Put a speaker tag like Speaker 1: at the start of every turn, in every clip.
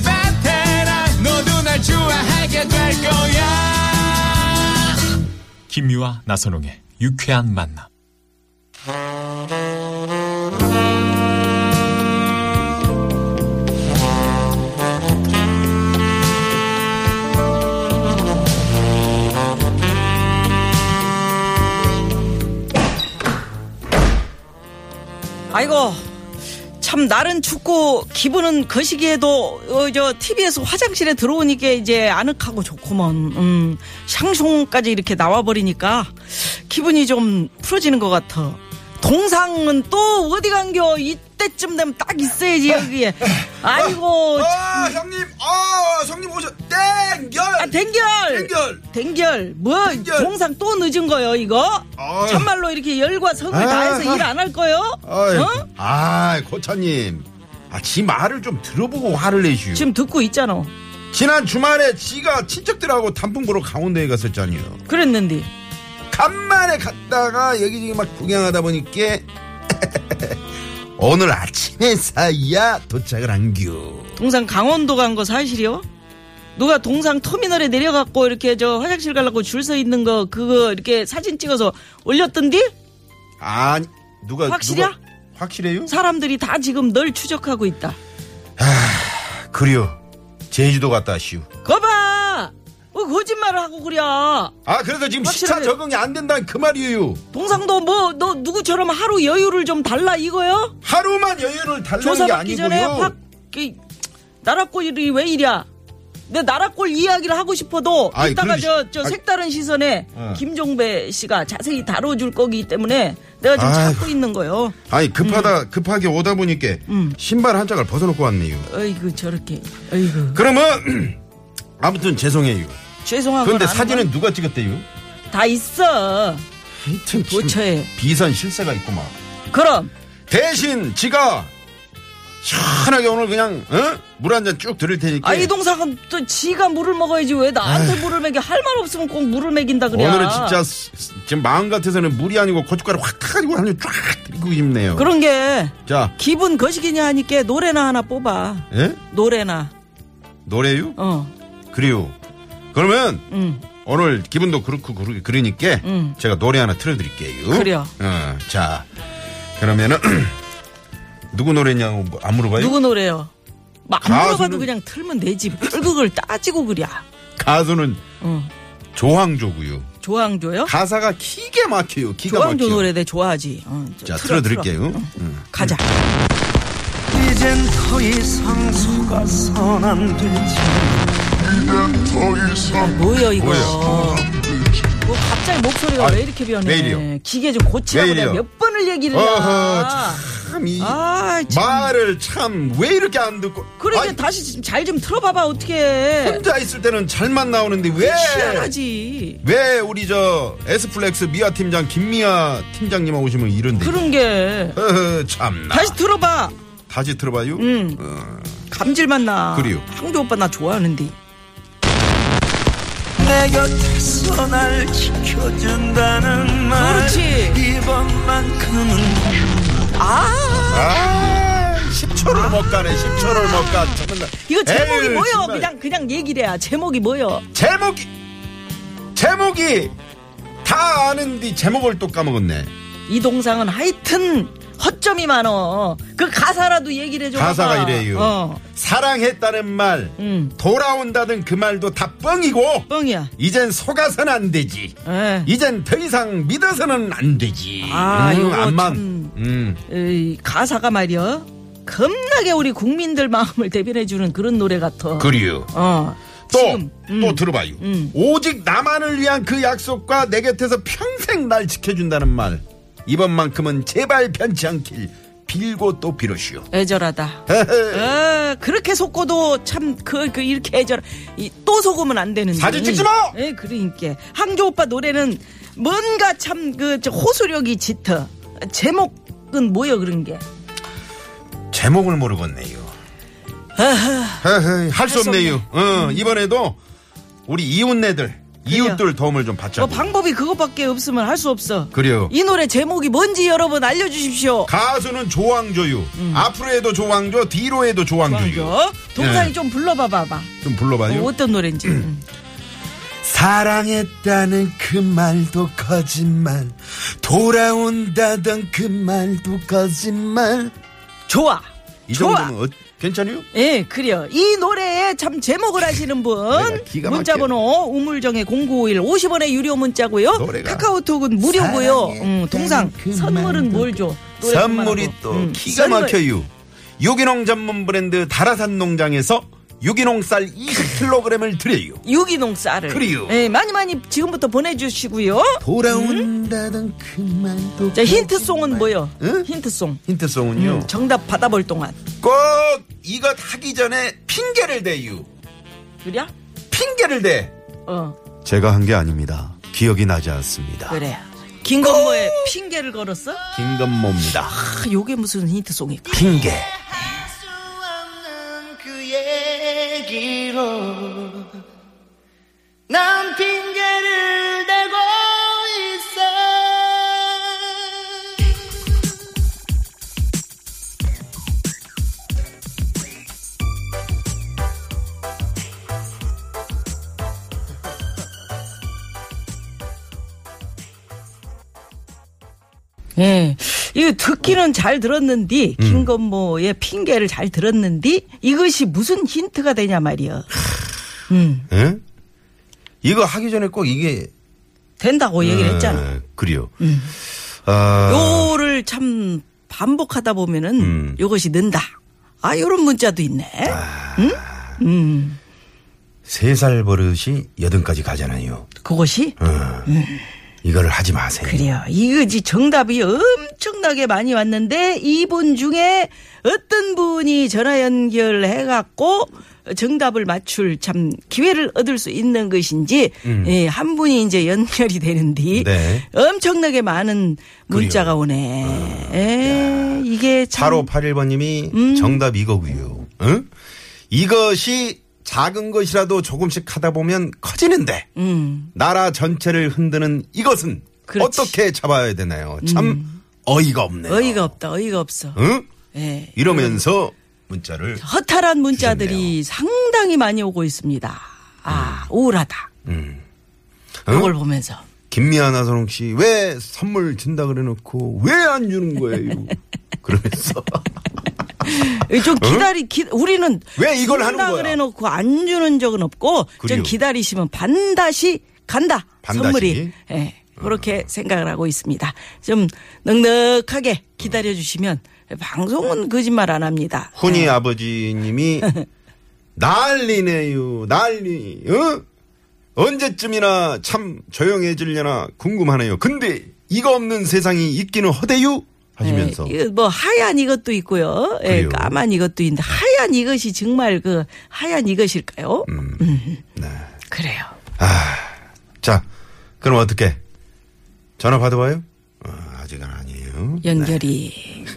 Speaker 1: 베테랑 너도 날 좋아하게 될 거야
Speaker 2: 김미화 나선홍의 유쾌한 만남.
Speaker 3: 아이고 참 날은 춥고 기분은 그 시기에도 어, 저 TV에서 화장실에 들어오니까 이제 아늑하고 좋구먼 음, 샹송까지 이렇게 나와버리니까 기분이 좀 풀어지는 것 같아 동상은 또 어디 간겨 이때쯤 되면 딱 있어야지 여기에 아이고
Speaker 4: 아 형님 아 형님 오셨 땡겨
Speaker 3: 아 댕결
Speaker 4: 땡겨
Speaker 3: 댕결 뭐
Speaker 4: 댕결.
Speaker 3: 동상 또 늦은 거요 이거
Speaker 5: 아유.
Speaker 3: 참말로 이렇게 열과 성을
Speaker 5: 아유.
Speaker 3: 다해서 일 안 할 거요
Speaker 5: 아이,
Speaker 3: 어?
Speaker 5: 아, 고차님. 아, 지 말을 좀 들어보고 화를 내시오.
Speaker 3: 지금 듣고 있잖아
Speaker 5: 지난 주말에 지가 친척들하고 단풍 보러 강원도에 갔었잖아요.
Speaker 3: 그랬는데
Speaker 5: 간만에 갔다가 여기저기 막 구경하다 보니까 오늘 아침에 사이야 도착을 한겨.
Speaker 3: 동상 강원도 간 거 사실이요? 누가 동상 터미널에 내려갖고 이렇게 저 화장실 가려고 줄 서 있는 거 그거 이렇게 사진 찍어서 올렸던디?
Speaker 5: 아니, 누가.
Speaker 3: 확실이야?
Speaker 5: 누가- 확실해요?
Speaker 3: 사람들이 다 지금 널 추적하고 있다.
Speaker 5: 그래요. 제주도 갔다 왔시오.
Speaker 3: 거봐! 뭐 거짓말을 하고 그래.
Speaker 5: 아, 그래서 지금 시차
Speaker 3: 확실하네요.
Speaker 5: 적응이 안 된다는 그 말이에요.
Speaker 3: 동상도 뭐 너 누구처럼 하루 여유를 좀 달라 이거요?
Speaker 5: 하루만 여유를 달라는 게
Speaker 3: 그 조사받기 전에
Speaker 5: 아니고요.
Speaker 3: 확 이, 나라꼴이 왜 이랴? 내 나라꼴 이야기를 하고 싶어도
Speaker 5: 아이,
Speaker 3: 이따가
Speaker 5: 그러지-
Speaker 3: 저, 저
Speaker 5: 아이.
Speaker 3: 색다른 시선에
Speaker 5: 어.
Speaker 3: 김종배 씨가 자세히 다뤄줄 거기 때문에 내가 지금
Speaker 5: 아이고.
Speaker 3: 찾고 있는 거요.
Speaker 5: 아니 급하다
Speaker 3: 음.
Speaker 5: 급하게 오다 보니까 신발 한 짝을 벗어놓고 왔네요.
Speaker 3: 어이구 저렇게 어이구
Speaker 5: 그러면 아무튼 죄송해요.
Speaker 3: 죄송하고
Speaker 5: 그런데 사진은 누가 찍었대요?
Speaker 3: 다 있어.
Speaker 5: 하여튼 참
Speaker 3: 도처에.
Speaker 5: 비선 실세가 있구만.
Speaker 3: 그럼
Speaker 5: 예. 대신 지가 시원하게 오늘 그냥 어? 물 한 잔 쭉 들을 테니까
Speaker 3: 아이 동상은 또 지가 물을 먹어야지 왜 나한테 물을 먹여 할 말 없으면 꼭 물을 먹인다 그래.
Speaker 5: 오늘은 진짜 스- 스- 지금 마음 같아서는 물이 아니고 고춧가루 확 타가지고 한잔 쫙 들고 싶네요.
Speaker 3: 그런 게
Speaker 5: 자,
Speaker 3: 기분 거시기냐 하니까 노래나 하나 뽑아.
Speaker 5: 예?
Speaker 3: 노래나
Speaker 5: 노래요?
Speaker 3: 어
Speaker 5: 그래요. 그러면
Speaker 3: 응.
Speaker 5: 오늘 기분도 그렇고 그러, 그러니까
Speaker 3: 응.
Speaker 5: 제가 노래 하나 틀어드릴게요.
Speaker 3: 음. 그래요.
Speaker 5: 어, 자 그러면은 누구 노래냐고 뭐안 물어봐요.
Speaker 3: 누구 노래요? 막안
Speaker 5: 가수는-
Speaker 3: 물어봐도 그냥 틀면 되지. 불극을 따지고 그래.
Speaker 5: 가수는
Speaker 3: 응.
Speaker 5: 조항조고요.
Speaker 3: 조항조요?
Speaker 5: 가사가 기가 막혀요. 기가
Speaker 3: 조항조
Speaker 5: 막혀요.
Speaker 3: 노래 내 좋아하지. 어, 저
Speaker 5: 자
Speaker 3: 틀어,
Speaker 5: 틀어드릴게요. 음.
Speaker 3: 틀어.
Speaker 5: 응.
Speaker 3: 가자.
Speaker 6: 이젠 더 이상 속아선 안 되지
Speaker 3: 아, 뭐여 이거.
Speaker 5: 뭐예요?
Speaker 3: 뭐 갑자기 목소리가
Speaker 5: 아,
Speaker 3: 왜 이렇게 변해?
Speaker 5: 매일이요.
Speaker 3: 기계 좀 고치라고
Speaker 5: 매일이요.
Speaker 3: 내가 몇 번을 얘기를 해.
Speaker 5: 어허 참이
Speaker 3: 아, 참.
Speaker 5: 말을 참 왜 이렇게 안 듣고
Speaker 3: 그래
Speaker 5: 아이,
Speaker 3: 이제 다시 잘 좀 틀어봐봐 어떻게.
Speaker 5: 혼자 있을 때는 잘만 나오는데 왜?
Speaker 3: 희한하지.
Speaker 5: 왜 우리 저 에스플렉스 미아 팀장 김미아 팀장님 오시면 이런데
Speaker 3: 그런 게.
Speaker 5: 어허, 참나
Speaker 3: 다시 음. 들어봐.
Speaker 5: 다시 들어봐요.
Speaker 3: 응. 감질만 나.
Speaker 5: 그래요.
Speaker 3: 항조 오빠 나 좋아하는데.
Speaker 6: 내 곁에서 날 지켜준다는 말
Speaker 3: 그렇지.
Speaker 6: 이번만큼은
Speaker 3: 아,
Speaker 5: 아, 10초를 못 가네, 10초를 못 가. 잠깐만.
Speaker 3: 이거 제목이
Speaker 5: 에이,
Speaker 3: 뭐여?
Speaker 5: 정말.
Speaker 3: 그냥 그냥 얘기를 해야 제목이 뭐여?
Speaker 5: 제목이, 제목이 다 아는데 제목을 또 까먹었네.
Speaker 3: 이 동상은 하여튼 허점이 많어. 그 가사라도 얘기를 해줘.
Speaker 5: 가사가
Speaker 3: 봐봐.
Speaker 5: 이래요.
Speaker 3: 어,
Speaker 5: 사랑했다는 말,
Speaker 3: 음.
Speaker 5: 돌아온다는 그 말도 다 뻥이고,
Speaker 3: 뻥이야.
Speaker 5: 이젠 속아선 안 되지.
Speaker 3: 예.
Speaker 5: 이젠 더 이상 믿어서는 안 되지.
Speaker 3: 아, 이거
Speaker 5: 암만.
Speaker 3: 참.
Speaker 5: 음.
Speaker 3: 이 가사가 말이여 겁나게 우리 국민들 마음을 대변해주는 그런 노래 같아.
Speaker 5: 그리요.
Speaker 3: 어.
Speaker 5: 또,
Speaker 3: 지금, 음.
Speaker 5: 또 들어봐요.
Speaker 3: 음.
Speaker 5: 오직 나만을 위한 그 약속과 내 곁에서 평생 날 지켜준다는 말. 이번만큼은 제발 변치 않길 빌고 또 빌으시오.
Speaker 3: 애절하다. 아, 그렇게 속고도 참, 그, 그, 이렇게 애절, 이, 또 속으면 안 되는데.
Speaker 5: 사진 찍지 마!
Speaker 3: 예, 그러니까. 항조 오빠 노래는 뭔가 참, 그, 저 호소력이 짙어. 제목은 뭐여, 그런 게.
Speaker 5: 제목을 모르겠네요. 할 수 없네요. 어, 이번에도 우리 이웃네들, 이웃들 도움을 좀
Speaker 3: 뭐
Speaker 5: 받자고.
Speaker 3: 방법이 그것밖에 없으면 할 수 없어.
Speaker 5: 그래요.
Speaker 3: 이 노래 제목이 뭔지 여러분 알려주십시오.
Speaker 5: 가수는 조왕조유. 앞으로 해도 조왕조, 뒤로 해도 조왕조유.
Speaker 3: 먼저 동산이
Speaker 5: 예.
Speaker 3: 좀 불러봐봐봐.
Speaker 5: 좀 불러봐요.
Speaker 3: 어, 어떤 노래인지. 음.
Speaker 7: 사랑했다는 그 말도 거짓말 돌아온다던 그 말도 거짓말
Speaker 3: 좋아.
Speaker 5: 이
Speaker 3: 좋아.
Speaker 5: 정도면 어, 괜찮아요?
Speaker 3: 예, 그래요. 이 노래에 참 제목을 하시는 분
Speaker 5: 기가 막혀.
Speaker 3: 문자번호 우물정의 0951 50원의 유료 문자고요.
Speaker 5: 노래가.
Speaker 3: 카카오톡은 무료고요.
Speaker 7: 사랑했다는
Speaker 3: 음, 동상
Speaker 7: 그
Speaker 3: 선물은
Speaker 7: 말도
Speaker 3: 뭘 줘? 노래
Speaker 5: 선물이
Speaker 3: 그만하고.
Speaker 5: 또
Speaker 3: 음,
Speaker 5: 기가
Speaker 3: 선물.
Speaker 5: 막혀요. 유기농 전문 브랜드 다라산 농장에서 유기농 쌀 20kg을 드려요.
Speaker 3: 유기농 쌀을.
Speaker 5: 그래요.
Speaker 3: 예, 많이 많이 지금부터 보내주시고요.
Speaker 7: 돌아온다던 그 말도
Speaker 3: 자 힌트송은 뭐요?
Speaker 5: 응?
Speaker 3: 힌트송.
Speaker 5: 어,
Speaker 3: 음,
Speaker 5: 힌트송은요.
Speaker 3: 정답 받아볼 동안.
Speaker 5: 꼭 이것 하기 전에 핑계를 대요.
Speaker 3: 그래?
Speaker 5: 핑계를 대.
Speaker 3: 어,
Speaker 5: 제가 한 게 아닙니다. 기억이 나지 않습니다.
Speaker 3: 그래. 김건모의 핑계를 걸었어?
Speaker 5: 김건모입니다.
Speaker 3: 아, 요게 무슨 힌트송일까?
Speaker 5: 핑계.
Speaker 3: 예?
Speaker 6: 그 얘기로 난 핑계를 대고 있어
Speaker 3: 예. 이거 듣기는 잘 들었는데, 김건모의 핑계를 잘 들었는데, 이것이 무슨 힌트가 되냐 말이요.
Speaker 5: 예? 이거 하기 전에 꼭 이게
Speaker 3: 된다고 얘기를 했잖아. 음.
Speaker 5: 아, 그래요. 아,
Speaker 3: 요를 참 반복하다 보면은 요것이 는다. 아, 요런 문자도 있네.
Speaker 5: 세살 버릇이 여든까지 가잖아요.
Speaker 3: 그것이?
Speaker 5: 이거를 하지 마세요.
Speaker 3: 그래요. 이거지 정답이 엄청나게 많이 왔는데 이분 중에 어떤 분이 전화 연결해갖고 정답을 맞출 참 기회를 얻을 수 있는 것인지 예, 한 분이 이제 연결이 되는데
Speaker 5: 음. 네.
Speaker 3: 엄청나게 많은 문자가 오네.
Speaker 5: 아,
Speaker 3: 예, 이게 참
Speaker 5: 4581번님이
Speaker 3: 음.
Speaker 5: 정답 이거고요. 응? 이것이 작은 것이라도 조금씩 하다 보면 커지는데 나라 전체를 흔드는 이것은
Speaker 3: 음. 그렇지. 음.
Speaker 5: 어떻게 잡아야 되나요? 참 어이가 없네요.
Speaker 3: 어이가 없다. 어이가 없어.
Speaker 5: 응?
Speaker 3: 예.
Speaker 5: 이러면서 문자를
Speaker 3: 허탈한 문자들이 상당히 많이 오고 있습니다. 아, 우울하다.
Speaker 5: 음. 응?
Speaker 3: 이걸 보면서.
Speaker 5: 김미아 나선홍 씨 왜 선물 준다 그래놓고 왜 안 주는 거예요? 그러면서
Speaker 3: 네. 예, 좀 기다리 기, 우리는
Speaker 5: 어? 왜 이걸 하는
Speaker 3: 준다
Speaker 5: 거야?
Speaker 3: 그래놓고 안 주는 적은 없고
Speaker 5: 그래요.
Speaker 3: 좀 기다리시면 반드시 간다
Speaker 5: 반드시? 어.
Speaker 3: 선물이 예, 그렇게 생각을 하고 있습니다. 좀 넉넉하게 기다려 주시면 방송은 거짓말 안 합니다.
Speaker 5: 훈이 아버지님이 난리네요 난리 어? 언제쯤이나 참 조용해지려나 궁금하네요 근데 이거 없는 세상이 있기는 허대유 하시면서
Speaker 3: 예, 이거 뭐 하얀 이것도 있고요, 예,
Speaker 5: 그래요.
Speaker 3: 까만 이것도 있는데 하얀 이것이 정말 그 하얀 이것일까요? 음. 그래요.
Speaker 5: 아, 자 그럼 어떻게 전화 받아봐요 아, 아직은 아니에요
Speaker 3: 연결이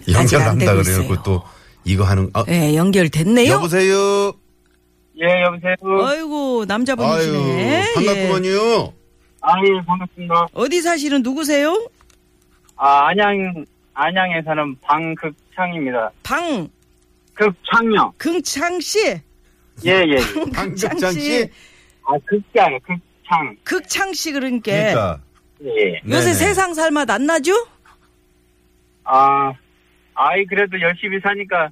Speaker 3: 예. 아직 안
Speaker 5: 네. 연결한다
Speaker 3: 되고
Speaker 5: 그래갖고
Speaker 3: 있어요.
Speaker 5: 또 이거 하는 아,
Speaker 3: 예, 연결됐네요.
Speaker 5: 여보세요
Speaker 8: 예, 여보세요.
Speaker 3: 아이고 남자분이시네. 예.
Speaker 5: 아유 반갑구만요
Speaker 8: 아유, 예, 반갑습니다.
Speaker 3: 어디 사시는 누구세요?
Speaker 8: 아, 안양, 안양에 사는 방극창입니다.
Speaker 3: 방
Speaker 8: 극창요.
Speaker 3: 긍창 씨,
Speaker 8: 예, 예.
Speaker 5: 강극장 씨
Speaker 8: 아, 극장, 극창.
Speaker 3: 극창 씨 그러니까
Speaker 5: 그러니까
Speaker 8: 예.
Speaker 3: 요새
Speaker 5: 네네.
Speaker 3: 세상 살맛 안 나죠?
Speaker 8: 아, 아이, 그래도 열심히 사니까,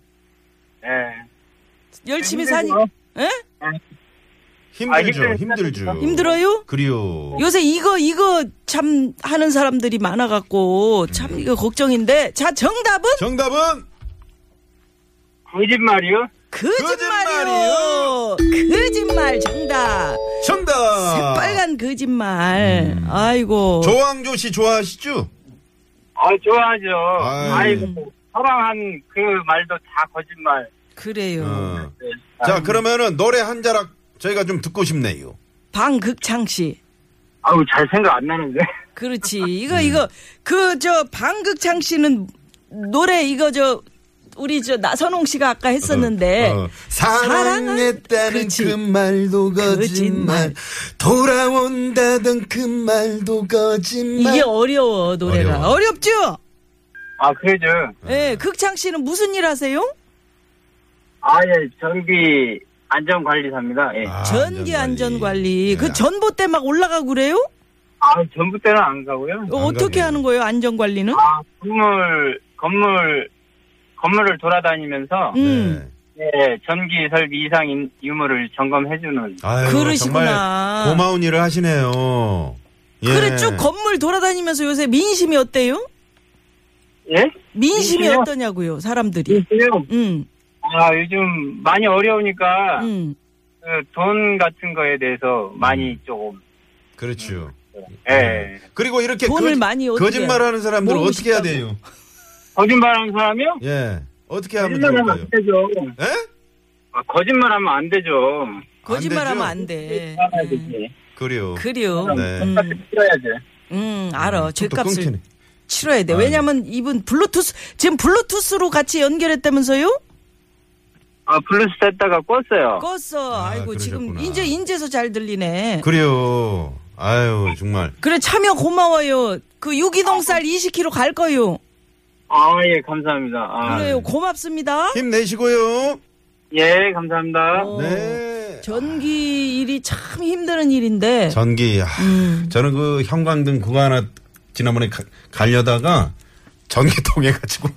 Speaker 8: 예.
Speaker 3: 열심히 사니
Speaker 8: 힘들죠?
Speaker 3: 예?
Speaker 8: 아,
Speaker 5: 힘들죠
Speaker 8: 힘들-
Speaker 5: 힘들죠
Speaker 3: 힘들어요?
Speaker 5: 그리요
Speaker 3: 요새 이거 이거 참 하는 사람들이 많아 갖고 참 이거 걱정인데 자 정답은
Speaker 5: 정답은
Speaker 8: 거짓말이요?
Speaker 3: 거짓말이요. 거짓말 정답.
Speaker 5: 정답.
Speaker 3: 새빨간 뭐. 거짓말. 아이고.
Speaker 5: 조항조 씨 좋아하시죠?
Speaker 8: 아, 좋아하죠.
Speaker 5: 아유.
Speaker 8: 아이고, 허랑한 그 말도 다 거짓말.
Speaker 3: 그래요.
Speaker 5: 어.
Speaker 8: 네.
Speaker 5: 자, 그러면은 노래 한 자락 저희가 좀 듣고 싶네요.
Speaker 3: 방극창 씨.
Speaker 8: 아우 잘 생각 안 나는데.
Speaker 3: 그렇지. 이거 이거
Speaker 5: 네.
Speaker 3: 그 저 방극창 씨는 노래 이거 저 우리 저 나선홍 씨가 아까 했었는데
Speaker 5: 어.
Speaker 7: 사랑했다는
Speaker 3: 그렇지.
Speaker 7: 그 말도 거짓말
Speaker 3: 거짓말.
Speaker 7: 돌아온다던 그 말도 거짓말
Speaker 3: 이게 어려워 노래가
Speaker 5: 어려워. 네.
Speaker 3: 어렵죠
Speaker 8: 아 그래죠.
Speaker 3: 예, 극창 씨는 무슨 일 하세요?
Speaker 8: 아예 전기 안전관리사입니다. 예. 아.
Speaker 5: 아,
Speaker 3: 전기 안전 관리.
Speaker 5: 예.
Speaker 3: 그 전보 때 막 올라가고 그래요?
Speaker 8: 아, 전부 때는 안 가고요.
Speaker 3: 어, 어떻게
Speaker 5: 가네요.
Speaker 3: 하는 거예요? 안전 관리는?
Speaker 8: 아 건물 건물 건물을 돌아다니면서
Speaker 3: 음.
Speaker 5: 네.
Speaker 8: 예, 전기 설비 이상 인- 유무를 점검해주는.
Speaker 5: 아유,
Speaker 3: 그러시구나.
Speaker 5: 정말 고마운 일을 하시네요. 예.
Speaker 3: 그래 쭉 건물 돌아다니면서 요새 민심이 어때요?
Speaker 8: 예?
Speaker 3: 민심이
Speaker 8: 민심이요?
Speaker 3: 어떠냐고요, 사람들이.
Speaker 8: 요즘
Speaker 3: 음.
Speaker 8: 아 요즘 많이 어려우니까
Speaker 3: 음.
Speaker 8: 그 돈 같은 거에 대해서 많이 조금.
Speaker 5: 그렇죠.
Speaker 8: 예.
Speaker 5: 그리고 이렇게
Speaker 3: 돈을 많이 어떻게
Speaker 5: 거짓말하는 사람들은
Speaker 3: 모으고
Speaker 5: 어떻게 해야
Speaker 3: 싶다고.
Speaker 5: 돼요?
Speaker 8: 거짓말하는 사람이요?
Speaker 5: 예. 어떻게 하면
Speaker 8: 거짓말하면 안
Speaker 5: 좋을까요?
Speaker 8: 되죠.
Speaker 5: 예?
Speaker 8: 아, 거짓말하면 안 되죠.
Speaker 3: 거짓말하면
Speaker 5: 되죠?
Speaker 3: 안 돼.
Speaker 8: 살아야
Speaker 3: 음.
Speaker 8: 되지.
Speaker 5: 그래요.
Speaker 3: 그래요.
Speaker 5: 네.
Speaker 3: 음,
Speaker 8: 살아야지.
Speaker 3: 음, 알아.
Speaker 5: 또 끊기네. 아,
Speaker 3: 죄값을 치러야 돼. 왜냐면 이분 블루투스 지금 블루투스로 같이 연결했다면서요?
Speaker 8: 아 블루스 뗐다가 껐어요.
Speaker 3: 껐어.
Speaker 5: 아,
Speaker 3: 아이고 지금
Speaker 5: 그러셨구나.
Speaker 3: 인제 인제서 잘 들리네. 그...
Speaker 5: 그래요. 아유, 정말.
Speaker 3: 래 참여 고마워요. 그 유기농 쌀 20kg 갈 거요.
Speaker 8: 아 예 감사합니다. 아,
Speaker 3: 그래요. 고맙습니다.
Speaker 5: 힘내시고요.
Speaker 8: 예 감사합니다.
Speaker 3: 어,
Speaker 5: 네.
Speaker 3: 전기 일이 참 힘드는 일인데.
Speaker 5: 전기. 아,
Speaker 3: 음.
Speaker 5: 저는 그 형광등 그거 하나 지난번에 가, 가려다가 전기통에 가지고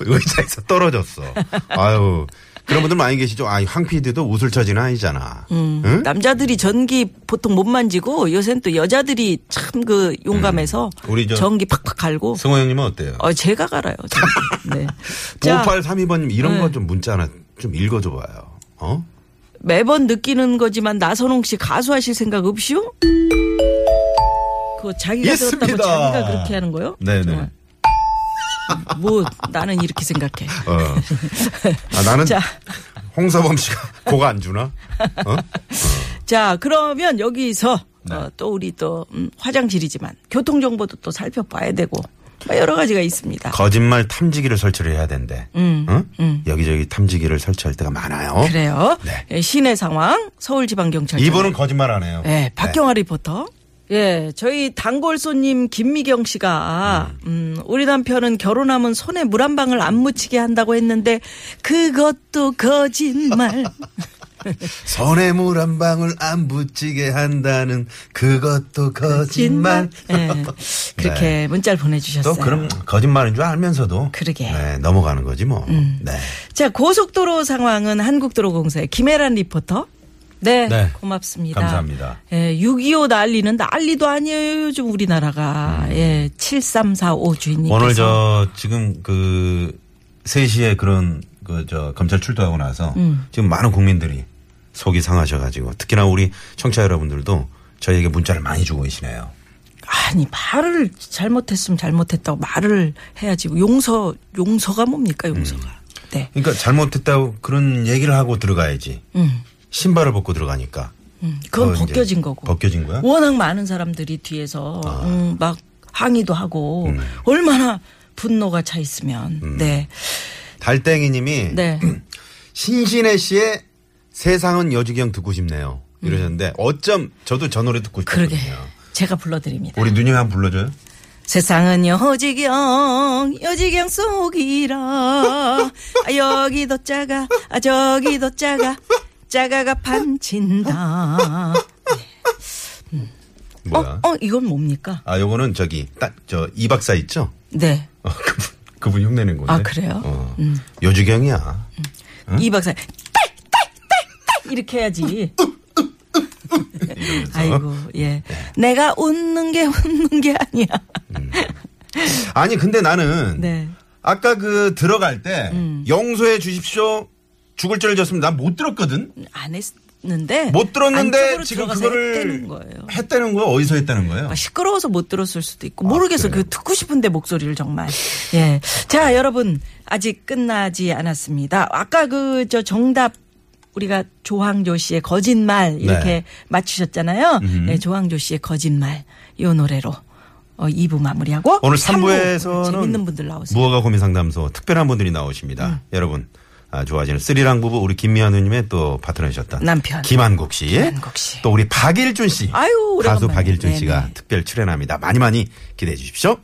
Speaker 5: 의자에서 떨어졌어. 아유. 그런 분들 많이 계시죠? 아, 황 PD도 웃을 처지는 아니잖아.
Speaker 3: 음.
Speaker 5: 응?
Speaker 3: 남자들이 전기 보통 못 만지고 요새는 또 여자들이 참 그 용감해서
Speaker 5: 우리 저-
Speaker 3: 전기 팍팍 갈고
Speaker 5: 승호 형님은 어때요?
Speaker 3: 어, 제가 갈아요. 저는.
Speaker 5: 뭐
Speaker 3: 네. 자,
Speaker 5: 5832번님 이런
Speaker 3: 네.
Speaker 5: 거 좀 문자 하나 좀 읽어줘봐요. 어?
Speaker 3: 매번 느끼는 거지만 나선홍 씨 가수하실 생각 없이요? 그거 자기가
Speaker 5: 있습니다.
Speaker 3: 들었다고 자기가 그렇게 하는 거요?
Speaker 5: 네네.
Speaker 3: 정말. 뭐 나는 이렇게 생각해.
Speaker 5: 어. 아, 나는
Speaker 3: 자,
Speaker 5: 홍서범 씨가 고가 안 주나? 어?
Speaker 3: 자 그러면 여기서
Speaker 5: 네.
Speaker 3: 어, 또 우리 또 음, 화장실이지만 교통 정보도 또 살펴봐야 되고 뭐 여러 가지가 있습니다.
Speaker 5: 거짓말 탐지기를 설치를 해야 된대. 응? 여기저기 탐지기를 설치할 때가 많아요.
Speaker 3: 음. 그래요.
Speaker 5: 네.
Speaker 3: 예, 시내 상황 서울지방경찰.
Speaker 5: 이분은 거짓말 안 해요.
Speaker 3: 예, 박경화 리포터. 예, 저희 단골 손님 김미경 씨가 음, 우리 남편은 결혼하면 손에 물 한 방울 안 묻히게 한다고 했는데 그것도 거짓말.
Speaker 7: 손에 물 한 방울 안 붙이게 한다는 그것도 거짓말
Speaker 3: 예, 그렇게 문자를 보내주셨어요.
Speaker 5: 또 그런 거짓말인 줄 알면서도
Speaker 3: 그러게. 음.
Speaker 5: 네, 넘어가는 거지 뭐. 네.
Speaker 3: 자, 고속도로 상황은 한국도로공사의 김혜란 리포터. 네,
Speaker 5: 네.
Speaker 3: 고맙습니다.
Speaker 5: 감사합니다.
Speaker 3: 예, 6.25 난리는 난리도 아니에요, 요즘 우리나라가. 예, 7345 주인님께서.
Speaker 5: 오늘 저 지금 그 3시에 그런 그 저 검찰 출두하고 나서
Speaker 3: 음.
Speaker 5: 지금 많은 국민들이 속이 상하셔가지고 특히나 우리 청취자 여러분들도 저희에게 문자를 많이 주고 계시네요.
Speaker 3: 아니 말을 잘못했으면 잘못했다고 말을 해야지 용서 용서가 뭡니까 용서가 네
Speaker 5: 그러니까 잘못했다고 그런 얘기를 하고 들어가야지. 신발을 벗고 들어가니까.
Speaker 3: 음, 그건
Speaker 5: 그거 이제
Speaker 3: 벗겨진 거고
Speaker 5: 벗겨진 거야? 아.
Speaker 3: 워낙 많은 사람들이 뒤에서 음, 막 항의도 하고
Speaker 5: 음.
Speaker 3: 얼마나 분노가 차 있으면 네
Speaker 5: 달땡이님이
Speaker 3: 네.
Speaker 5: 신신혜 씨의 세상은 여주경 듣고 싶네요. 이러셨는데 어쩜 저도 저 노래 듣고 싶거든요.
Speaker 3: 음. 그러게 제가 불러드립니다
Speaker 5: 우리 누님 한번 불러줘요.
Speaker 3: 세상은 여지경 여지경 속이라 아, 여기도 짜가 아, 저기도 짜가 짜가가 판친다
Speaker 5: 뭐야?
Speaker 3: 어, 어, 이건 뭡니까?
Speaker 5: 아 요거는 저기 딱 저 이박사 있죠?
Speaker 3: 네.
Speaker 5: 어, 그분, 그분 흉내낸 건데.
Speaker 3: 아, 그래요? 음.
Speaker 5: 어. 여주경이야.
Speaker 3: 이 박사. 딸, 딸, 딸, 딸! 이렇게 해야지. 아이고, 예.
Speaker 5: 네.
Speaker 3: 내가 웃는 게 웃는 게 아니야.
Speaker 5: 아니 근데 나는
Speaker 3: 네. 음.
Speaker 5: 아까 그 들어갈 때 용서해 주십시오. 죽을 죄를 졌으면 난 못 들었거든.
Speaker 3: 안 했, 들었는데
Speaker 5: 못 들었는데
Speaker 3: 안쪽으로
Speaker 5: 지금
Speaker 3: 들어가서
Speaker 5: 그거를
Speaker 3: 했다는 거예요.
Speaker 5: 했다는 거야? 어디서 했다는 거예요? 아,
Speaker 3: 그러니까 시끄러워서 못 들었을 수도 있고 모르겠어
Speaker 5: 그래요?
Speaker 3: 그 듣고 싶은데 목소리를 정말 예. 자 여러분 아직 끝나지 않았습니다. 아까 그 저 정답 우리가 조항조 씨의 거짓말 이렇게
Speaker 5: 네. 음.
Speaker 3: 맞추셨잖아요. 네, 조항조 씨의 거짓말 요 노래로 어, 2부 마무리하고
Speaker 5: 오늘
Speaker 3: 삼부
Speaker 5: 3부에서는
Speaker 3: 재밌는 분들 나오세요. 음.
Speaker 5: 무허가 고민 상담소 특별한 분들이 나오십니다. 여러분 아, 좋아지는 스리랑 부부 우리 김미아 누님의 또 파트너이셨다.
Speaker 3: 남편.
Speaker 5: 김한국 씨.
Speaker 3: 김한국 씨.
Speaker 5: 또 우리 박일준 씨.
Speaker 3: 아유, 오래간만에.
Speaker 5: 가수 박일준
Speaker 3: 네네.
Speaker 5: 씨가 특별 출연합니다. 많이 많이 기대해 주십시오.